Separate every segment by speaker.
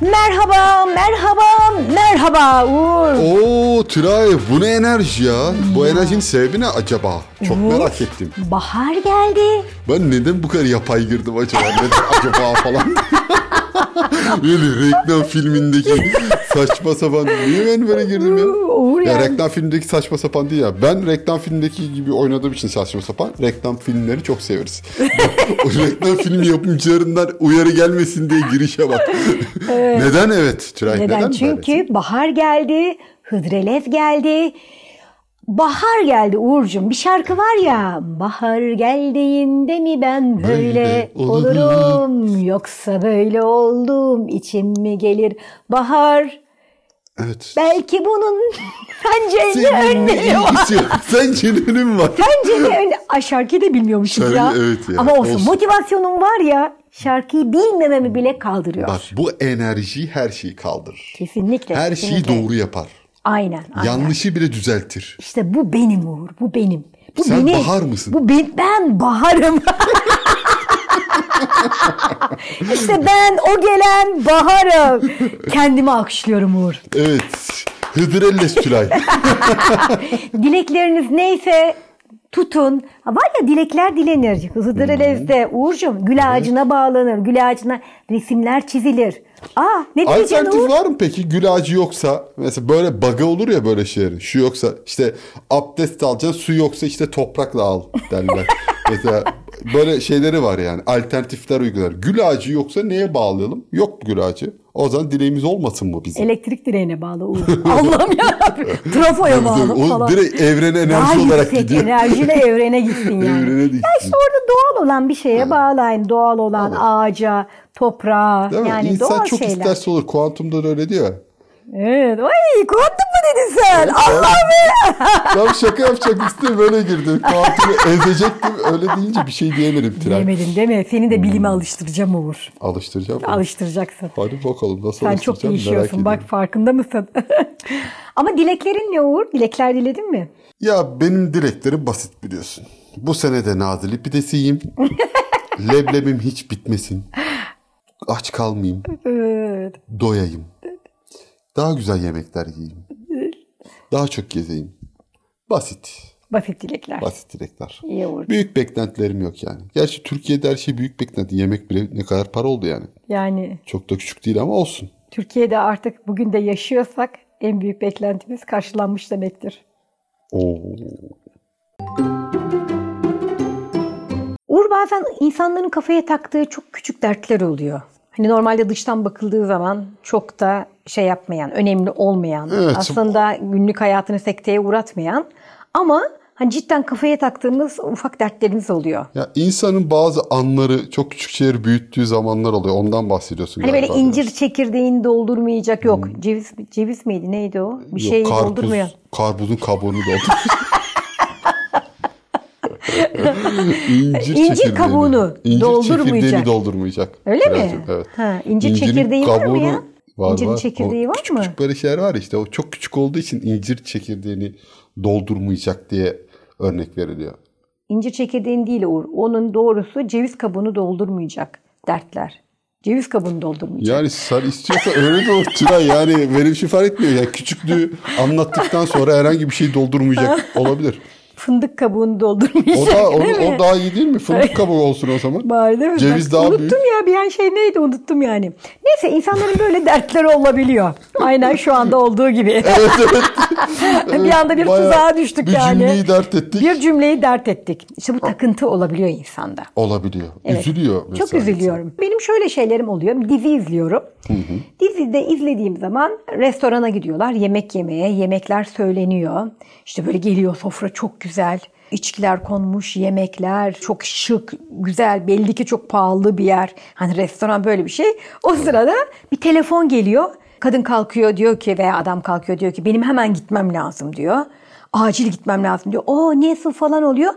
Speaker 1: Merhaba, merhaba, merhaba Uğur.
Speaker 2: Oo Tülay bu ne enerji ya? Bu enerjinin sebebi ne acaba? Çok
Speaker 1: Uğur,
Speaker 2: merak ettim.
Speaker 1: Bahar geldi.
Speaker 2: Ben neden bu kadar yapay girdim acaba? Neden acaba falan? Öyle reklam filmindeki saçma sapan. Niye ben böyle girdim ya?
Speaker 1: Uğur
Speaker 2: Ya
Speaker 1: yani.
Speaker 2: reklam filmindeki saçma sapan değil ya. Ben reklam filmindeki gibi oynadığım için saçma sapan. Reklam filmleri çok severiz. o reklam filmi yapımcılarından uyarı gelmesin diye girişe bak. neden evet Tülay?
Speaker 1: Neden?
Speaker 2: Neden, böyle?
Speaker 1: Çünkü bahar geldi, hıdrelez geldi. Bahar geldi Uğur'cum. Bir şarkı var ya. Bahar geldiğinde mi ben böyle
Speaker 2: Böyle
Speaker 1: olurum?
Speaker 2: olurum.
Speaker 1: Yoksa böyle oldum içim mi gelir? Bahar
Speaker 2: Evet.
Speaker 1: belki bunun bence ne
Speaker 2: Senin
Speaker 1: önlemi
Speaker 2: ne
Speaker 1: var?
Speaker 2: ilgisi yok. Sence ne önemi var?
Speaker 1: Bence de öyle. Ay şarkıyı da bilmiyormuşuz
Speaker 2: Sen-
Speaker 1: ya.
Speaker 2: evet ya,
Speaker 1: Ama olsun,
Speaker 2: olsun.
Speaker 1: motivasyonum var ya şarkıyı bilmememi bile kaldırıyor.
Speaker 2: Bak bu enerji her şeyi kaldırır.
Speaker 1: Kesinlikle.
Speaker 2: Her
Speaker 1: kesinlikle.
Speaker 2: şeyi doğru yapar.
Speaker 1: Aynen. aynen.
Speaker 2: Yanlışı bile düzeltir.
Speaker 1: İşte bu benim Uğur, bu benim. Bu
Speaker 2: Sen
Speaker 1: beni-
Speaker 2: bahar mısın?
Speaker 1: Bu ben, ben baharım. işte ben o gelen baharım. Kendimi alkışlıyorum Uğur.
Speaker 2: Evet. Hıdrellez Tülay.
Speaker 1: Dilekleriniz neyse tutun. Ha, Var ya dilekler dilenir. Hızıdırelez'de Uğur'cum gül ağacına bağlanır. Gül ağacına resimler çizilir. Aa ne diyeceksin Uğur?
Speaker 2: Alternatif var mı peki? Gül ağacı yoksa mesela böyle baga olur ya böyle şeylerin. Şu yoksa işte abdest alacaksın su yoksa işte toprakla al derler. mesela böyle şeyleri var yani alternatifler uygular. Gül ağacı yoksa neye bağlayalım? Yok mu gül ağacı? O zaman dileğimiz olmasın mı bizim?
Speaker 1: Elektrik direğine bağlı Uğur. Allah'ım yarabbim. Trafoya bağlı
Speaker 2: o
Speaker 1: falan.
Speaker 2: direkt evrene
Speaker 1: Daha
Speaker 2: enerji olarak
Speaker 1: yüksek
Speaker 2: gidiyor.
Speaker 1: enerjiyle evrene gitsin yani.
Speaker 2: Evrene de
Speaker 1: Ya işte orada doğal olan bir şeye bağlayın. Doğal olan ağaca, toprağa.
Speaker 2: Değil mi?
Speaker 1: yani
Speaker 2: İnsan
Speaker 1: doğal
Speaker 2: çok
Speaker 1: şeyler.
Speaker 2: isterse olur. Kuantumda da öyle diyor.
Speaker 1: Evet. Ay kuantum mu dedin sen? Allah'ım
Speaker 2: Ben şaka yapacak istedim böyle girdim. Kuantumu ezecektim. Öyle deyince bir şey diyemedim Tren.
Speaker 1: Demedin deme. Seni de bilime
Speaker 2: Hmm.
Speaker 1: alıştıracağım Uğur.
Speaker 2: Alıştıracağım.
Speaker 1: Alıştıracaksın.
Speaker 2: Hadi bakalım nasıl
Speaker 1: Sen çok
Speaker 2: alıştıracağım
Speaker 1: iyi
Speaker 2: merak ediyorum.
Speaker 1: işiyorsun. Bak farkında mısın? Ama dileklerin ne Uğur? Dilekler diledin mi?
Speaker 2: Ya benim dileklerim basit biliyorsun. Bu sene de nadili pidesiyim. Leblebim hiç bitmesin. Aç kalmayayım.
Speaker 1: Evet.
Speaker 2: Doyayım. Daha güzel yemekler yiyeyim. Daha çok gezeyim. Basit.
Speaker 1: Basit dilekler.
Speaker 2: Basit dilekler.
Speaker 1: İyi Uğur.
Speaker 2: Büyük beklentilerim yok yani. Gerçi Türkiye'de her şey büyük beklenti. Yemek bile ne kadar para oldu yani.
Speaker 1: Yani
Speaker 2: Çok da küçük değil ama olsun.
Speaker 1: Türkiye'de artık bugün de yaşıyorsak en büyük beklentimiz karşılanmış demektir.
Speaker 2: Oo.
Speaker 1: Uğur bazen insanların kafaya taktığı çok küçük dertler oluyor. Hani normalde dıştan bakıldığı zaman çok da şey yapmayan, önemli olmayan,
Speaker 2: Evet.
Speaker 1: aslında günlük hayatını sekteye uğratmayan ama hani cidden kafaya taktığımız ufak dertlerimiz oluyor.
Speaker 2: Ya insanın bazı anları çok küçük şeyleri büyüttüğü zamanlar oluyor. Ondan bahsediyorsun
Speaker 1: Hani böyle
Speaker 2: galiba
Speaker 1: incir
Speaker 2: biraz. Hmm.
Speaker 1: çekirdeğini doldurmayacak yok. Ceviz ceviz miydi neydi o? Bir
Speaker 2: Yok,
Speaker 1: şeyi
Speaker 2: karpuz,
Speaker 1: doldurmayan.
Speaker 2: Karpuzun kabuğunu doldur. incir,
Speaker 1: İncir
Speaker 2: çekirdeğini-
Speaker 1: kabuğunu
Speaker 2: incir
Speaker 1: doldurmayacak.
Speaker 2: çekirdeğini doldurmayacak.
Speaker 1: Öyle mi?
Speaker 2: Birazcık, Evet.
Speaker 1: Ha, incir çekirdeği var mı ya?
Speaker 2: Var,
Speaker 1: İncirin
Speaker 2: var.
Speaker 1: çekirdeği
Speaker 2: O
Speaker 1: var
Speaker 2: küçük
Speaker 1: mı?
Speaker 2: Küçük böyle şeyler var işte. O çok küçük olduğu için incir çekirdeğini doldurmayacak diye örnek veriliyor.
Speaker 1: İncir çekirdeğin değil Uğur. Onun doğrusu ceviz kabuğunu doldurmayacak dertler. Ceviz kabuğunu doldurmayacak.
Speaker 2: Yani sen istiyorsa öyle de olur Tülay. Yani benim şey fark etmiyor. Yani küçüklüğü anlattıktan sonra herhangi bir şey doldurmayacak olabilir.
Speaker 1: Fındık kabuğunu
Speaker 2: O,
Speaker 1: doldurmayacak
Speaker 2: da, o,
Speaker 1: Şey, değil mi?
Speaker 2: o daha iyi değil mi? Fındık kabuğu olsun o zaman.
Speaker 1: Bari değil mi?
Speaker 2: Ceviz
Speaker 1: Bak,
Speaker 2: daha
Speaker 1: unuttum
Speaker 2: büyük.
Speaker 1: ya bir an şey neydi unuttum yani. Neyse insanların böyle dertleri olabiliyor. Aynen şu anda olduğu gibi. bir anda bir
Speaker 2: Bayağı
Speaker 1: tuzağa düştük
Speaker 2: bir
Speaker 1: yani.
Speaker 2: cümleyi dert ettik.
Speaker 1: Bir cümleyi dert ettik. İşte bu takıntı olabiliyor insanda.
Speaker 2: Olabiliyor.
Speaker 1: Evet.
Speaker 2: Üzülüyor mesela.
Speaker 1: Çok üzülüyorum. Benim şöyle şeylerim oluyor. Dizi izliyorum. Dizide izlediğim zaman restorana gidiyorlar yemek yemeye. Yemekler söyleniyor. İşte böyle geliyor sofra çok güzel. İçkiler konmuş, yemekler çok şık, güzel. Belli ki çok pahalı bir yer. Hani restoran böyle bir şey. O sırada bir telefon geliyor. Kadın kalkıyor diyor ki veya adam kalkıyor diyor ki benim hemen gitmem lazım diyor. Acil gitmem lazım diyor. O nasıl falan oluyor.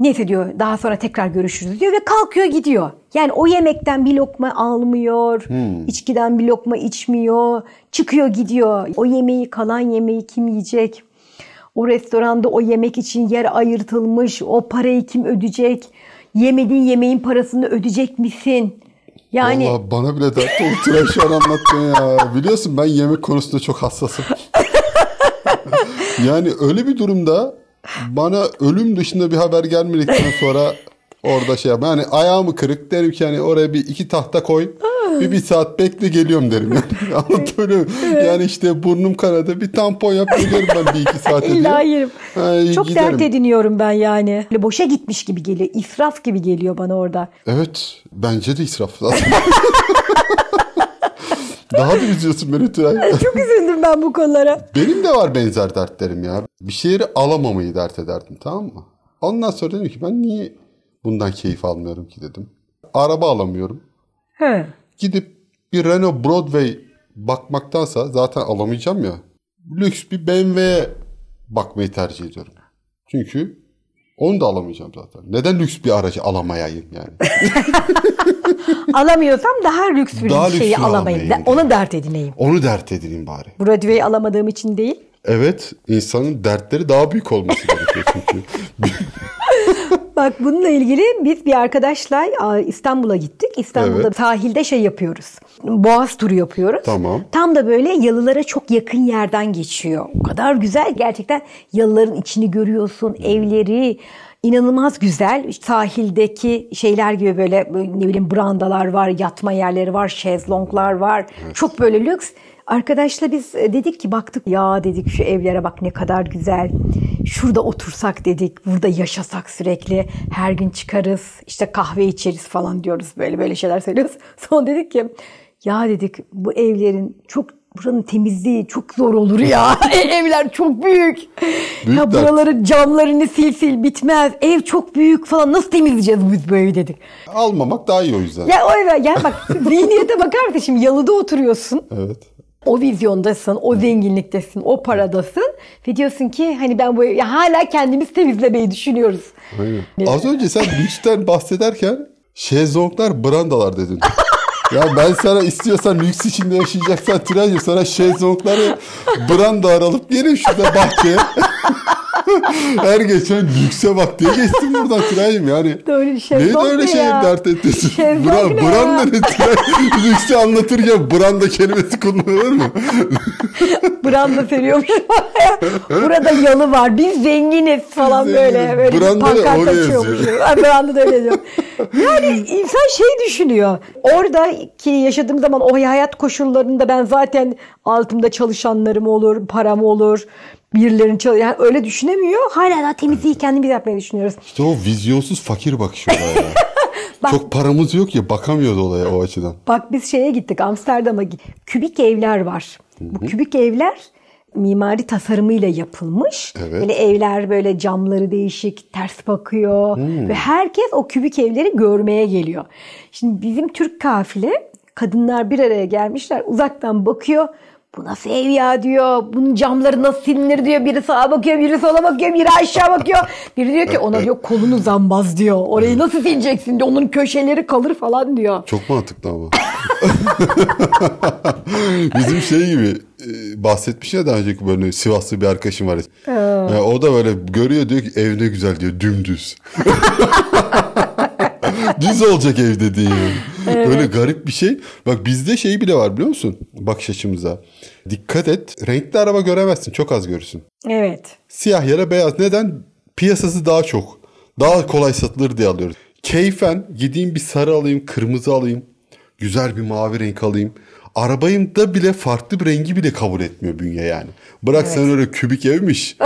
Speaker 1: Neyse diyor daha sonra tekrar görüşürüz diyor ve kalkıyor gidiyor. Yani o yemekten bir lokma almıyor, içkiden bir lokma içmiyor, çıkıyor gidiyor. O yemeği kalan yemeği kim yiyecek? O restoranda o yemek için yer ayırtılmış, o parayı kim ödeyecek? Yemediğin yemeğin parasını ödeyecek misin? Yani
Speaker 2: Vallahi bana bile dert oldu Tülay şu an anlatmaya ya. Biliyorsun ben yemek konusunda çok hassasım. yani öyle bir durumda bana ölüm dışında bir haber gelmedikten sonra orada şey yap. Yani ayağımı kırık derim ki hani oraya bir iki tahta koy. Bir, bir saat bekle geliyorum derim. Yani, anlatabiliyor muyum? Yani işte burnum kanadı bir tampon yap geliyorum ben bir iki saate diye.
Speaker 1: illa yerim.
Speaker 2: Ay,
Speaker 1: Çok
Speaker 2: giderim.
Speaker 1: dert ediniyorum ben yani. Böyle boşa gitmiş gibi geliyor. İsraf gibi geliyor bana orada.
Speaker 2: Evet. Bence de israf zaten. Daha da üzüyorsun beni Tülay.
Speaker 1: Çok üzüldüm ben bu konulara.
Speaker 2: Benim de var benzer dertlerim ya. Bir şeyleri alamamayı dert ederdim tamam mı? Ondan sonra dedim ki ben niye bundan keyif almıyorum ki dedim. Araba alamıyorum.
Speaker 1: He.
Speaker 2: Gidip bir Renault Broadway bakmaktansa zaten alamayacağım ya. Lüks bir BMW'ye bakmayı tercih ediyorum. Çünkü onu da alamayacağım zaten. Neden lüks bir aracı alamayayım yani?
Speaker 1: Alamıyorsam daha lüks bir
Speaker 2: Daha
Speaker 1: şeyi
Speaker 2: lüksünü
Speaker 1: alamayayım.
Speaker 2: alamayayım.
Speaker 1: Da, onu dert edineyim.
Speaker 2: Onu dert edineyim bari.
Speaker 1: Broadway'i alamadığım için değil.
Speaker 2: Evet, insanın dertleri daha büyük olması gerekiyor çünkü.
Speaker 1: Bak bununla ilgili biz bir arkadaşla aa, İstanbul'a gittik. İstanbul'da
Speaker 2: Evet.
Speaker 1: sahilde şey yapıyoruz. Boğaz turu yapıyoruz.
Speaker 2: Tamam.
Speaker 1: Tam da böyle yalılara çok yakın yerden geçiyor. O kadar güzel gerçekten yalıların içini görüyorsun, evleri inanılmaz güzel. Sahildeki şeyler gibi böyle böyle ne bileyim brandalar var, yatma yerleri var, şezlonglar var. Çok böyle lüks. Arkadaşla biz e, dedik ki baktık ya dedik şu evlere bak ne kadar güzel. Şurada otursak dedik, burada yaşasak sürekli. Her gün çıkarız, işte kahve içeriz falan diyoruz böyle böyle şeyler söylüyoruz. Son dedik ki ya dedik bu evlerin çok buranın temizliği çok zor olur ya. E, Evler çok büyük.
Speaker 2: Büyük
Speaker 1: ya
Speaker 2: dert.
Speaker 1: buraları camlarını sil sil bitmez. Ev çok büyük falan nasıl temizleyeceğiz biz bu evi dedik.
Speaker 2: Almamak daha iyi o yüzden.
Speaker 1: Ya o eve ya bak zihniyete bakar mısın şimdi yalıda oturuyorsun.
Speaker 2: Evet.
Speaker 1: O vizyondasın, o zenginliktesin, o paradasın. Ve diyorsun ki hani ben bu evi ya hala kendimiz temizlemeyi düşünüyoruz.
Speaker 2: Aynen. Az önce sen lüksten bahsederken şezlonglar brandalar dedin. ya ben sana istiyorsan lüks içinde yaşayacaksan Tülay'cığım sana şezlongları branda alıp gelin şurada bahçeye. Her geçen lükse bak diye geçtim buradan Tülay'cığım yani.
Speaker 1: Böyle
Speaker 2: Neyin
Speaker 1: şezlong
Speaker 2: öyle
Speaker 1: ne
Speaker 2: şey
Speaker 1: ya?
Speaker 2: dert ettisin?
Speaker 1: Şezlong
Speaker 2: Bran,
Speaker 1: ne
Speaker 2: branda
Speaker 1: ya?
Speaker 2: ne Tülay? Lükse anlatırken branda kelimesi kullanılır mı?
Speaker 1: Branda seriyormuş. Burada yalı var. Biz zenginiz falan
Speaker 2: Biz
Speaker 1: böyle.
Speaker 2: zenginiz.
Speaker 1: Böyle
Speaker 2: Branda da
Speaker 1: pankart
Speaker 2: oraya
Speaker 1: açıyormuş.
Speaker 2: yazıyor.
Speaker 1: Ay, Branda da öyle diyor. Yani insan şey düşünüyor. Oradaki yaşadığım zaman o hayat koşullarında ben zaten altımda çalışanlarım olur, param olur. Birilerinin çalış- yani öyle düşünemiyor. Hala daha temizliği kendimiz yapmayı düşünüyoruz.
Speaker 2: İşte o vizyonsuz fakir bakışı olaya.
Speaker 1: Bak-
Speaker 2: Çok paramız yok ya bakamıyoruz olaya o açıdan.
Speaker 1: Bak biz şeye gittik Amsterdam'a gittik. Kübik evler var. Bu kübik evler mimari tasarımıyla yapılmış.
Speaker 2: Evet.
Speaker 1: Böyle evler böyle camları değişik, ters bakıyor ve herkes o kübik evleri görmeye geliyor. Şimdi bizim Türk kafile kadınlar bir araya gelmişler. Uzaktan bakıyor. Bu nasıl ev ya diyor. Bunun camları nasıl silinir diyor. Biri sağa bakıyor, biri sola bakıyor, biri aşağı bakıyor. Biri diyor ki ona diyor kolunu zambaz diyor. Orayı nasıl sileceksin diyor. Onun köşeleri kalır falan diyor.
Speaker 2: Çok mantıklı ama. Bizim şey gibi e, bahsetmiş ya daha önceki bölümde Sivaslı bir arkadaşım var. Ya o da böyle görüyor diyor ki ev ne güzel diyor dümdüz. Düz olacak ev dediği. Öyle garip bir şey. Bak bizde şey bile var biliyor musun? Bakış açımıza. Dikkat et. Renkli araba göremezsin. Çok az görürsün.
Speaker 1: Evet.
Speaker 2: Siyah yere beyaz. Neden? Piyasası daha çok. Daha kolay satılır diye alıyoruz. Keyfen gideyim bir sarı alayım, kırmızı alayım. Güzel bir mavi renk alayım. Arabayım da bile farklı bir rengi bile kabul etmiyor bünye yani. Bırak sen öyle kübik evmiş.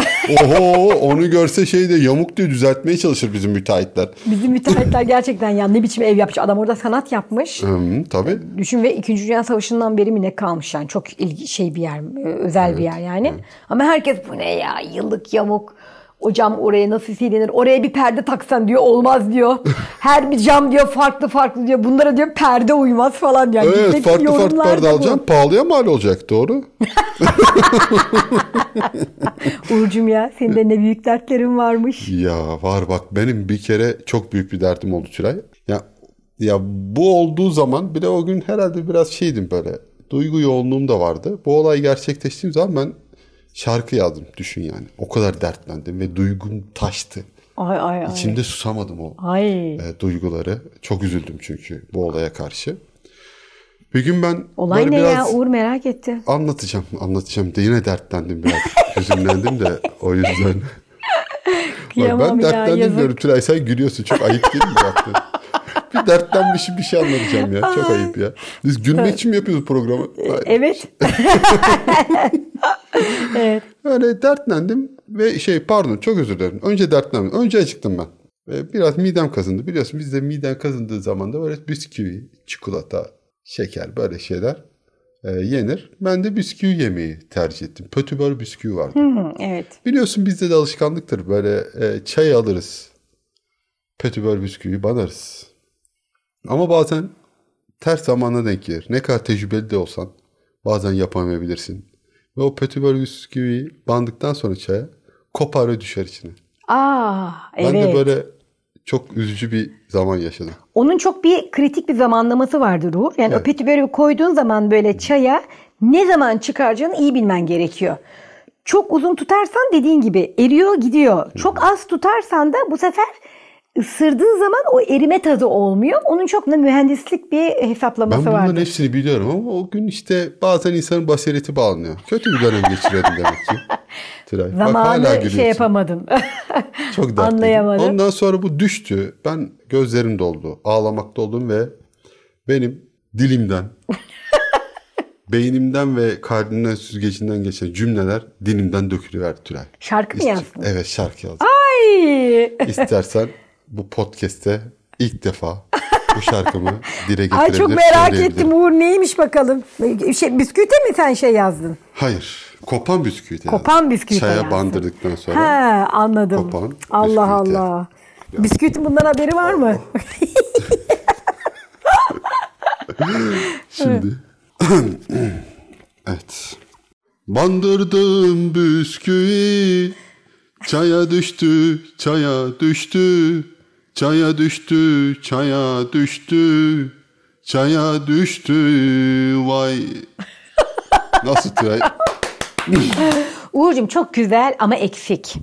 Speaker 2: Oho onu görse şey de yamuk diye düzeltmeye çalışır bizim müteahhitler.
Speaker 1: Bizim müteahhitler gerçekten ya ne biçim ev yapmış. Adam orada sanat yapmış.
Speaker 2: Hım, tabii.
Speaker 1: Düşün ve 2. Dünya Savaşı'ndan beri mi ne kalmış yani. Çok ilgi, şey bir yer, e, özel bir yer yani. Ama herkes bu ne ya yıllık yamuk. O cam oraya nasıl silinir? Oraya bir perde taksan diyor olmaz diyor. Her bir cam diyor farklı farklı diyor. Bunlara diyor perde uymaz falan yani.
Speaker 2: Evet
Speaker 1: Bizdeki
Speaker 2: farklı farklı
Speaker 1: yorumlar
Speaker 2: perde
Speaker 1: da bu.
Speaker 2: alacaksın. Pahalıya mal olacak doğru.
Speaker 1: Uğurcuğum ya senin de ne büyük dertlerin varmış.
Speaker 2: Ya var bak benim bir kere çok büyük bir derdim oldu Tülay. Ya ya bu olduğu zaman bir de o gün herhalde biraz şeydim böyle. Duygu yoğunluğum da vardı. Bu olay gerçekleştiğim zaman ben şarkı yazdım düşün yani. O kadar dertlendim ve duygum taştı.
Speaker 1: Ay ay ay.
Speaker 2: İçimde susamadım o
Speaker 1: Ay.
Speaker 2: e, duyguları. Çok üzüldüm çünkü bu olaya karşı. Bir gün ben
Speaker 1: Olay
Speaker 2: böyle
Speaker 1: ne
Speaker 2: biraz
Speaker 1: ya Uğur merak etti.
Speaker 2: anlatacağım, anlatacağım de yine dertlendim biraz. Hüzünlendim de o yüzden. Bak
Speaker 1: Kıyamam
Speaker 2: ben
Speaker 1: ya,
Speaker 2: dertlendim
Speaker 1: yazık.
Speaker 2: diyorum Tülay sen gülüyorsun. Çok ayıp değil mi yaptın? bir dertlenmişim bir şey anlatacağım ya. Çok ayıp ya. Biz gülmek için mi yapıyoruz programı?
Speaker 1: Evet.
Speaker 2: şey. Öyle dertlendim ve şey pardon çok özür dilerim. Önce dertlendim. Önce acıktım ben. Ve biraz midem kazındı. Biliyorsun bizde miden kazındığı zaman da böyle bisküvi, çikolata, şeker böyle şeyler e, yenir. Ben de bisküvi yemeyi tercih ettim. Pötibör bisküvi vardı.
Speaker 1: Hı, evet.
Speaker 2: Biliyorsun bizde de alışkanlıktır. Böyle e, çay alırız. Petibör bisküvi banarız. Ama bazen ters zamana denk gelir. Ne kadar tecrübeli de olsan bazen yapamayabilirsin. Ve o petibör bisküviyi bandıktan sonra çaya kopar ve düşer içine.
Speaker 1: Aa Ah, evet.
Speaker 2: Ben de böyle çok üzücü bir zaman yaşadım.
Speaker 1: Onun çok bir kritik bir zamanlaması vardır Uğur. Yani
Speaker 2: Evet.
Speaker 1: o petibörü koyduğun zaman böyle çaya ne zaman çıkaracağını iyi bilmen gerekiyor. Çok uzun tutarsan dediğin gibi eriyor gidiyor. Çok az tutarsan da bu sefer ısırdığı zaman o erime tadı olmuyor. Onun çok da mühendislik bir
Speaker 2: Ben
Speaker 1: hesaplaması
Speaker 2: bunların
Speaker 1: vardır.
Speaker 2: hepsini biliyorum ama o gün işte bazen insanın basireti bağlanıyor. Kötü bir dönem geçiriyordum demek ki. Tülay. Bak hala
Speaker 1: Zamanı şey
Speaker 2: gülüyorsun.
Speaker 1: yapamadım.
Speaker 2: Çok dertliydim.
Speaker 1: Anlayamadım.
Speaker 2: Ondan sonra bu düştü. Ben gözlerim doldu. Ağlamakta oldum ve benim dilimden, beynimden ve kalbimden süzgecinden geçen cümleler dilimden dökülüverdi Tülay.
Speaker 1: Şarkı mı
Speaker 2: İst-
Speaker 1: yazdın?
Speaker 2: Evet şarkı yazdım.
Speaker 1: Ay!
Speaker 2: İstersen bu podcast'te ilk defa bu şarkımı dile getirebilir.
Speaker 1: Ay çok merak
Speaker 2: söyleyebilirim.
Speaker 1: ettim Uğur neymiş bakalım. Şey, bisküvite mi sen şey yazdın?
Speaker 2: Hayır. Kopan bisküvi. de
Speaker 1: Kopan
Speaker 2: yazdım.
Speaker 1: bisküvi de
Speaker 2: Çaya
Speaker 1: yazdım.
Speaker 2: bandırdıktan sonra.
Speaker 1: He anladım.
Speaker 2: Kopan,
Speaker 1: Allah
Speaker 2: bisküvite.
Speaker 1: Allah. Bisküvitin bundan haberi var mı?
Speaker 2: Şimdi. evet. Bandırdım bisküvi. Çaya düştü, çaya düştü. Çaya düştü, çaya düştü. Çaya düştü vay. Nasıl Tülay?
Speaker 1: Uğurcuğum çok güzel ama eksik.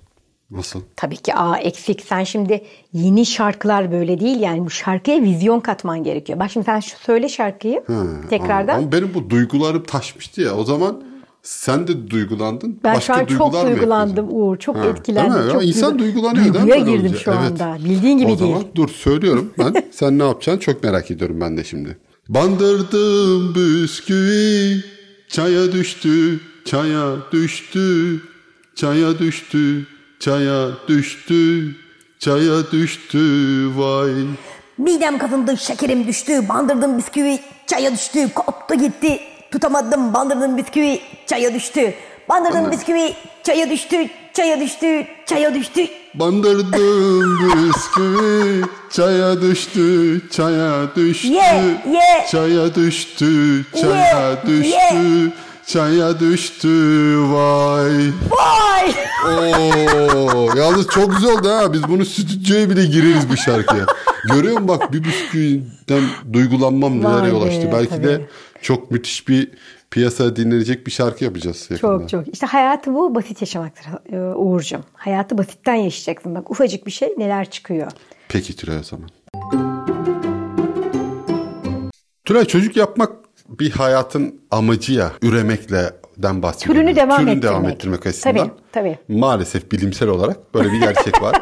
Speaker 2: Nasıl?
Speaker 1: Tabii ki a eksik. Sen şimdi yeni şarkılar böyle değil yani bu şarkıya vizyon katman gerekiyor. Bak şimdi sen şu söyle şarkıyı tekrardan.
Speaker 2: Ama benim bu duygularım taşmıştı ya. O zaman sen de duygulandın.
Speaker 1: Ben
Speaker 2: Başka
Speaker 1: şu an
Speaker 2: duygular
Speaker 1: çok
Speaker 2: mı
Speaker 1: duygulandım
Speaker 2: ekledin?
Speaker 1: Uğur. Çok
Speaker 2: Ha, değil mi?
Speaker 1: etkilendim.
Speaker 2: Ya
Speaker 1: Çok
Speaker 2: İnsan
Speaker 1: duygu-
Speaker 2: duygulanıyor değil mi?
Speaker 1: Duyguya
Speaker 2: böyle
Speaker 1: girdim
Speaker 2: olunca?
Speaker 1: şu
Speaker 2: Evet.
Speaker 1: anda. Bildiğin gibi
Speaker 2: o
Speaker 1: değil.
Speaker 2: zaman dur söylüyorum ben. Sen ne yapacaksın çok merak ediyorum ben de şimdi. Bandırdım bisküvi, çaya düştü, çaya düştü, çaya düştü, çaya düştü, çaya düştü vay.
Speaker 3: Midem kazındı, şekerim düştü, bandırdım bisküvi, çaya düştü, koptu gitti. Tutamadım, bandırdım bisküvi, çaya düştü. Bandırdım bisküvi, çaya düştü, çaya düştü, çaya düştü.
Speaker 2: Bandırdım bisküvi, çaya düştü, çaya düştü,
Speaker 3: Ye, ye.
Speaker 2: çaya düştü, çaya
Speaker 3: Ye,
Speaker 2: düştü,
Speaker 3: ye.
Speaker 2: çaya düştü vay.
Speaker 3: Vay!
Speaker 2: Oo, yalnız çok güzel oldu ha. Biz bunu stüdyoya bile gireriz bu şarkıya. Görüyor musun bak bir bisküviden duygulanmam
Speaker 1: Vay
Speaker 2: nelere
Speaker 1: be,
Speaker 2: yol açtı. Belki de
Speaker 1: tabii.
Speaker 2: çok müthiş bir piyasaya dinlenecek bir şarkı yapacağız yakında.
Speaker 1: Çok çok. İşte hayatı bu basit yaşamaktır e, Uğurcuğum. Hayatı basitten yaşayacaksın. Bak ufacık bir şey neler çıkıyor.
Speaker 2: Peki Tülay o zaman. Tülay çocuk yapmak bir hayatın amacı ya. Üremekle'den bahsediyorum.
Speaker 1: Türünü devam ettirmek.
Speaker 2: devam ettirmek açısından.
Speaker 1: Tabii,
Speaker 2: Maalesef bilimsel olarak böyle bir gerçek var.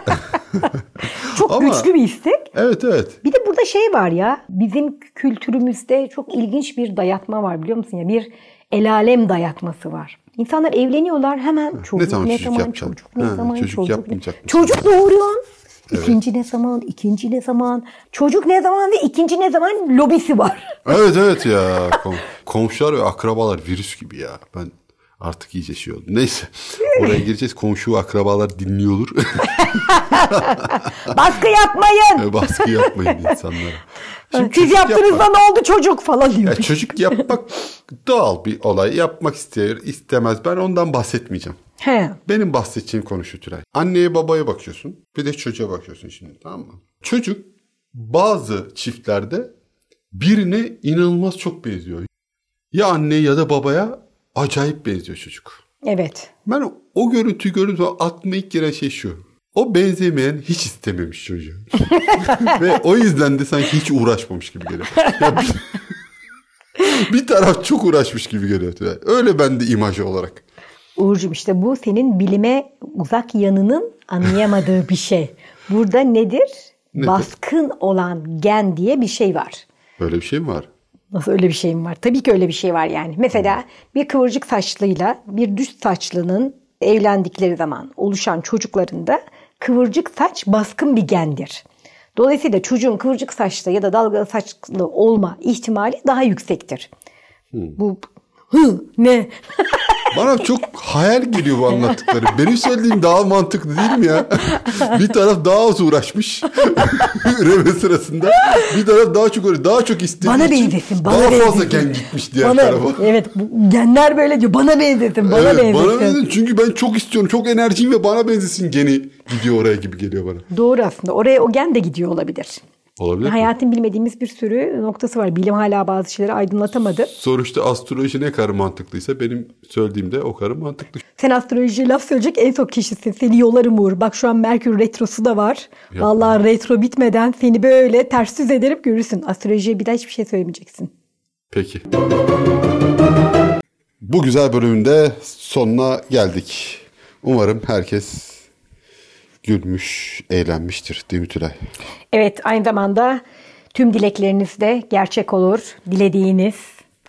Speaker 1: Çok
Speaker 2: Ama-
Speaker 1: güçlü bir istek.
Speaker 2: evet evet.
Speaker 1: Bir de burada şey var ya bizim kültürümüzde çok ilginç bir dayatma var biliyor musun ya bir el alem dayatması var. İnsanlar evleniyorlar hemen çocuk ne
Speaker 2: zaman
Speaker 1: zaman,
Speaker 2: çocuk yapacaksın?
Speaker 1: çocuk ne
Speaker 2: Ha,
Speaker 1: zaman
Speaker 2: çocuk
Speaker 1: çocuk
Speaker 2: yapmayacak mısın?
Speaker 1: Çocuk doğuruyorsun. İkinci ne zaman, ikinci ne zaman, çocuk ne zaman ve ikinci ne zaman lobisi var.
Speaker 2: Evet evet ya. Kom- komşular ve akrabalar virüs gibi ya. Ben artık iyice şey oldu. Neyse. Oraya gireceğiz. Komşu ve akrabalar dinliyor olur.
Speaker 1: Baskı yapmayın.
Speaker 2: Baskı yapmayın insanlara.
Speaker 1: Siz yaptınız da ne oldu çocuk falan diyor.
Speaker 2: Ya çocuk yapmak doğal bir olay. Yapmak ister istemez. Ben ondan bahsetmeyeceğim.
Speaker 1: He.
Speaker 2: Benim bahsedeceğim konu şu Tülay. Anneye babaya bakıyorsun. Bir de çocuğa bakıyorsun şimdi tamam mı? Çocuk bazı çiftlerde birine inanılmaz çok benziyor. Ya anneye ya da babaya acayip benziyor çocuk.
Speaker 1: Evet.
Speaker 2: Ben o görüntüyü gördüğüm zaman aklıma ilk gelen şey şu. O benzemeyen hiç istememiş çocuğu. Ve o yüzden de sanki hiç uğraşmamış gibi geliyor. Ya bir- bir taraf çok uğraşmış gibi geliyor. Yani Öyle bende imaj olarak.
Speaker 1: Uğurcuğum işte bu senin bilime uzak yanının anlayamadığı bir şey. Burada nedir?
Speaker 2: Nedir?
Speaker 1: Baskın olan gen diye bir şey var.
Speaker 2: Böyle bir şey mi var?
Speaker 1: Nasıl öyle bir şeyim var? Tabii ki öyle bir şey var yani. Mesela bir kıvırcık saçlıyla bir düz saçlının evlendikleri zaman oluşan çocuklarında kıvırcık saç baskın bir gendir. Dolayısıyla çocuğun kıvırcık saçlı ya da dalgalı saçlı olma ihtimali daha yüksektir. Bu hı ne
Speaker 2: Bana çok hayal geliyor bu anlattıkları. Benim söylediğim daha mantıklı değil mi ya? bir taraf daha az uğraşmış. Üreme sırasında. Bir taraf daha çok uğraşmış. Daha çok istediği
Speaker 1: Bana
Speaker 2: için
Speaker 1: benzesin, bana
Speaker 2: Daha fazla
Speaker 1: benzesin.
Speaker 2: gen gitmiş diğer
Speaker 1: bana,
Speaker 2: tarafa.
Speaker 1: Evet bu genler böyle diyor. Bana benzetin, bana
Speaker 2: Evet,
Speaker 1: benzetin.
Speaker 2: bana benzesin. Çünkü ben çok istiyorum. Çok enerjim ve bana benzesin geni gidiyor oraya gibi geliyor bana.
Speaker 1: Doğru aslında. Oraya o gen de gidiyor olabilir.
Speaker 2: Olabilir mi?
Speaker 1: Hayatın bilmediğimiz bir sürü noktası var. Bilim hala bazı şeyleri aydınlatamadı.
Speaker 2: Sonuçta astroloji ne kadar mantıklıysa benim söylediğimde o kadar mantıklı.
Speaker 1: Sen astrolojiye laf söyleyecek en çok kişisin. Seni yolarım Uğur. Bak şu an Merkür Retrosu da var.
Speaker 2: Yapma.
Speaker 1: Vallahi retro bitmeden seni böyle ters düz ederim görürsün. Astrolojiye bir daha hiçbir şey söylemeyeceksin.
Speaker 2: Peki. Bu güzel bölümünde sonuna geldik. Umarım herkes gülmüş, eğlenmiştir değil mi Tülay?
Speaker 1: Evet aynı zamanda tüm dilekleriniz de gerçek olur. Dilediğiniz,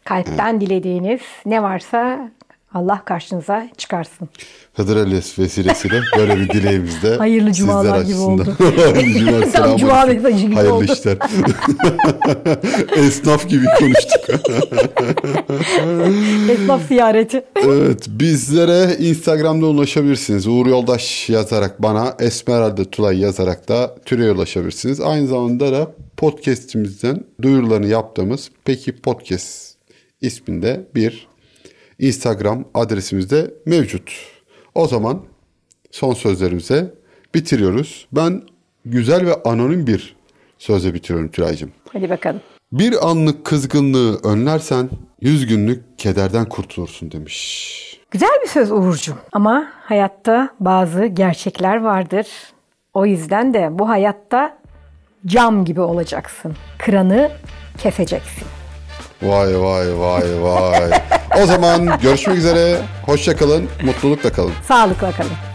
Speaker 1: kalpten dilediğiniz ne varsa Allah karşınıza çıkarsın.
Speaker 2: Hıdır Aliyev vesilesiyle böyle bir dileğimiz de
Speaker 1: Hayırlı
Speaker 2: sizler
Speaker 1: cumalar gibi
Speaker 2: açısından.
Speaker 1: oldu.
Speaker 2: Hayırlı cumalar,
Speaker 1: Tam
Speaker 2: selam
Speaker 1: cuma
Speaker 2: aleyküm.
Speaker 1: mesajı gibi
Speaker 2: Hayırlı
Speaker 1: oldu.
Speaker 2: işler. Esnaf gibi konuştuk.
Speaker 1: Esnaf ziyareti.
Speaker 2: Evet bizlere Instagram'da ulaşabilirsiniz. Uğur Yoldaş yazarak bana Esmeralda Tulay yazarak da Tülay'a ulaşabilirsiniz. Aynı zamanda da podcast'imizden duyurularını yaptığımız Peki Podcast isminde bir Instagram adresimiz de mevcut. O zaman son sözlerimize bitiriyoruz. Ben güzel ve anonim bir sözle bitiriyorum Tülay'cığım.
Speaker 1: Hadi bakalım.
Speaker 2: Bir anlık kızgınlığı önlersen yüz günlük kederden kurtulursun demiş.
Speaker 1: Güzel bir söz Uğurcuğum. Ama hayatta bazı gerçekler vardır. O yüzden de bu hayatta cam gibi olacaksın. Kıranı keseceksin.
Speaker 2: Vay vay vay vay. o zaman görüşmek üzere. Hoşça kalın. Mutlulukla kalın.
Speaker 1: Sağlıkla kalın.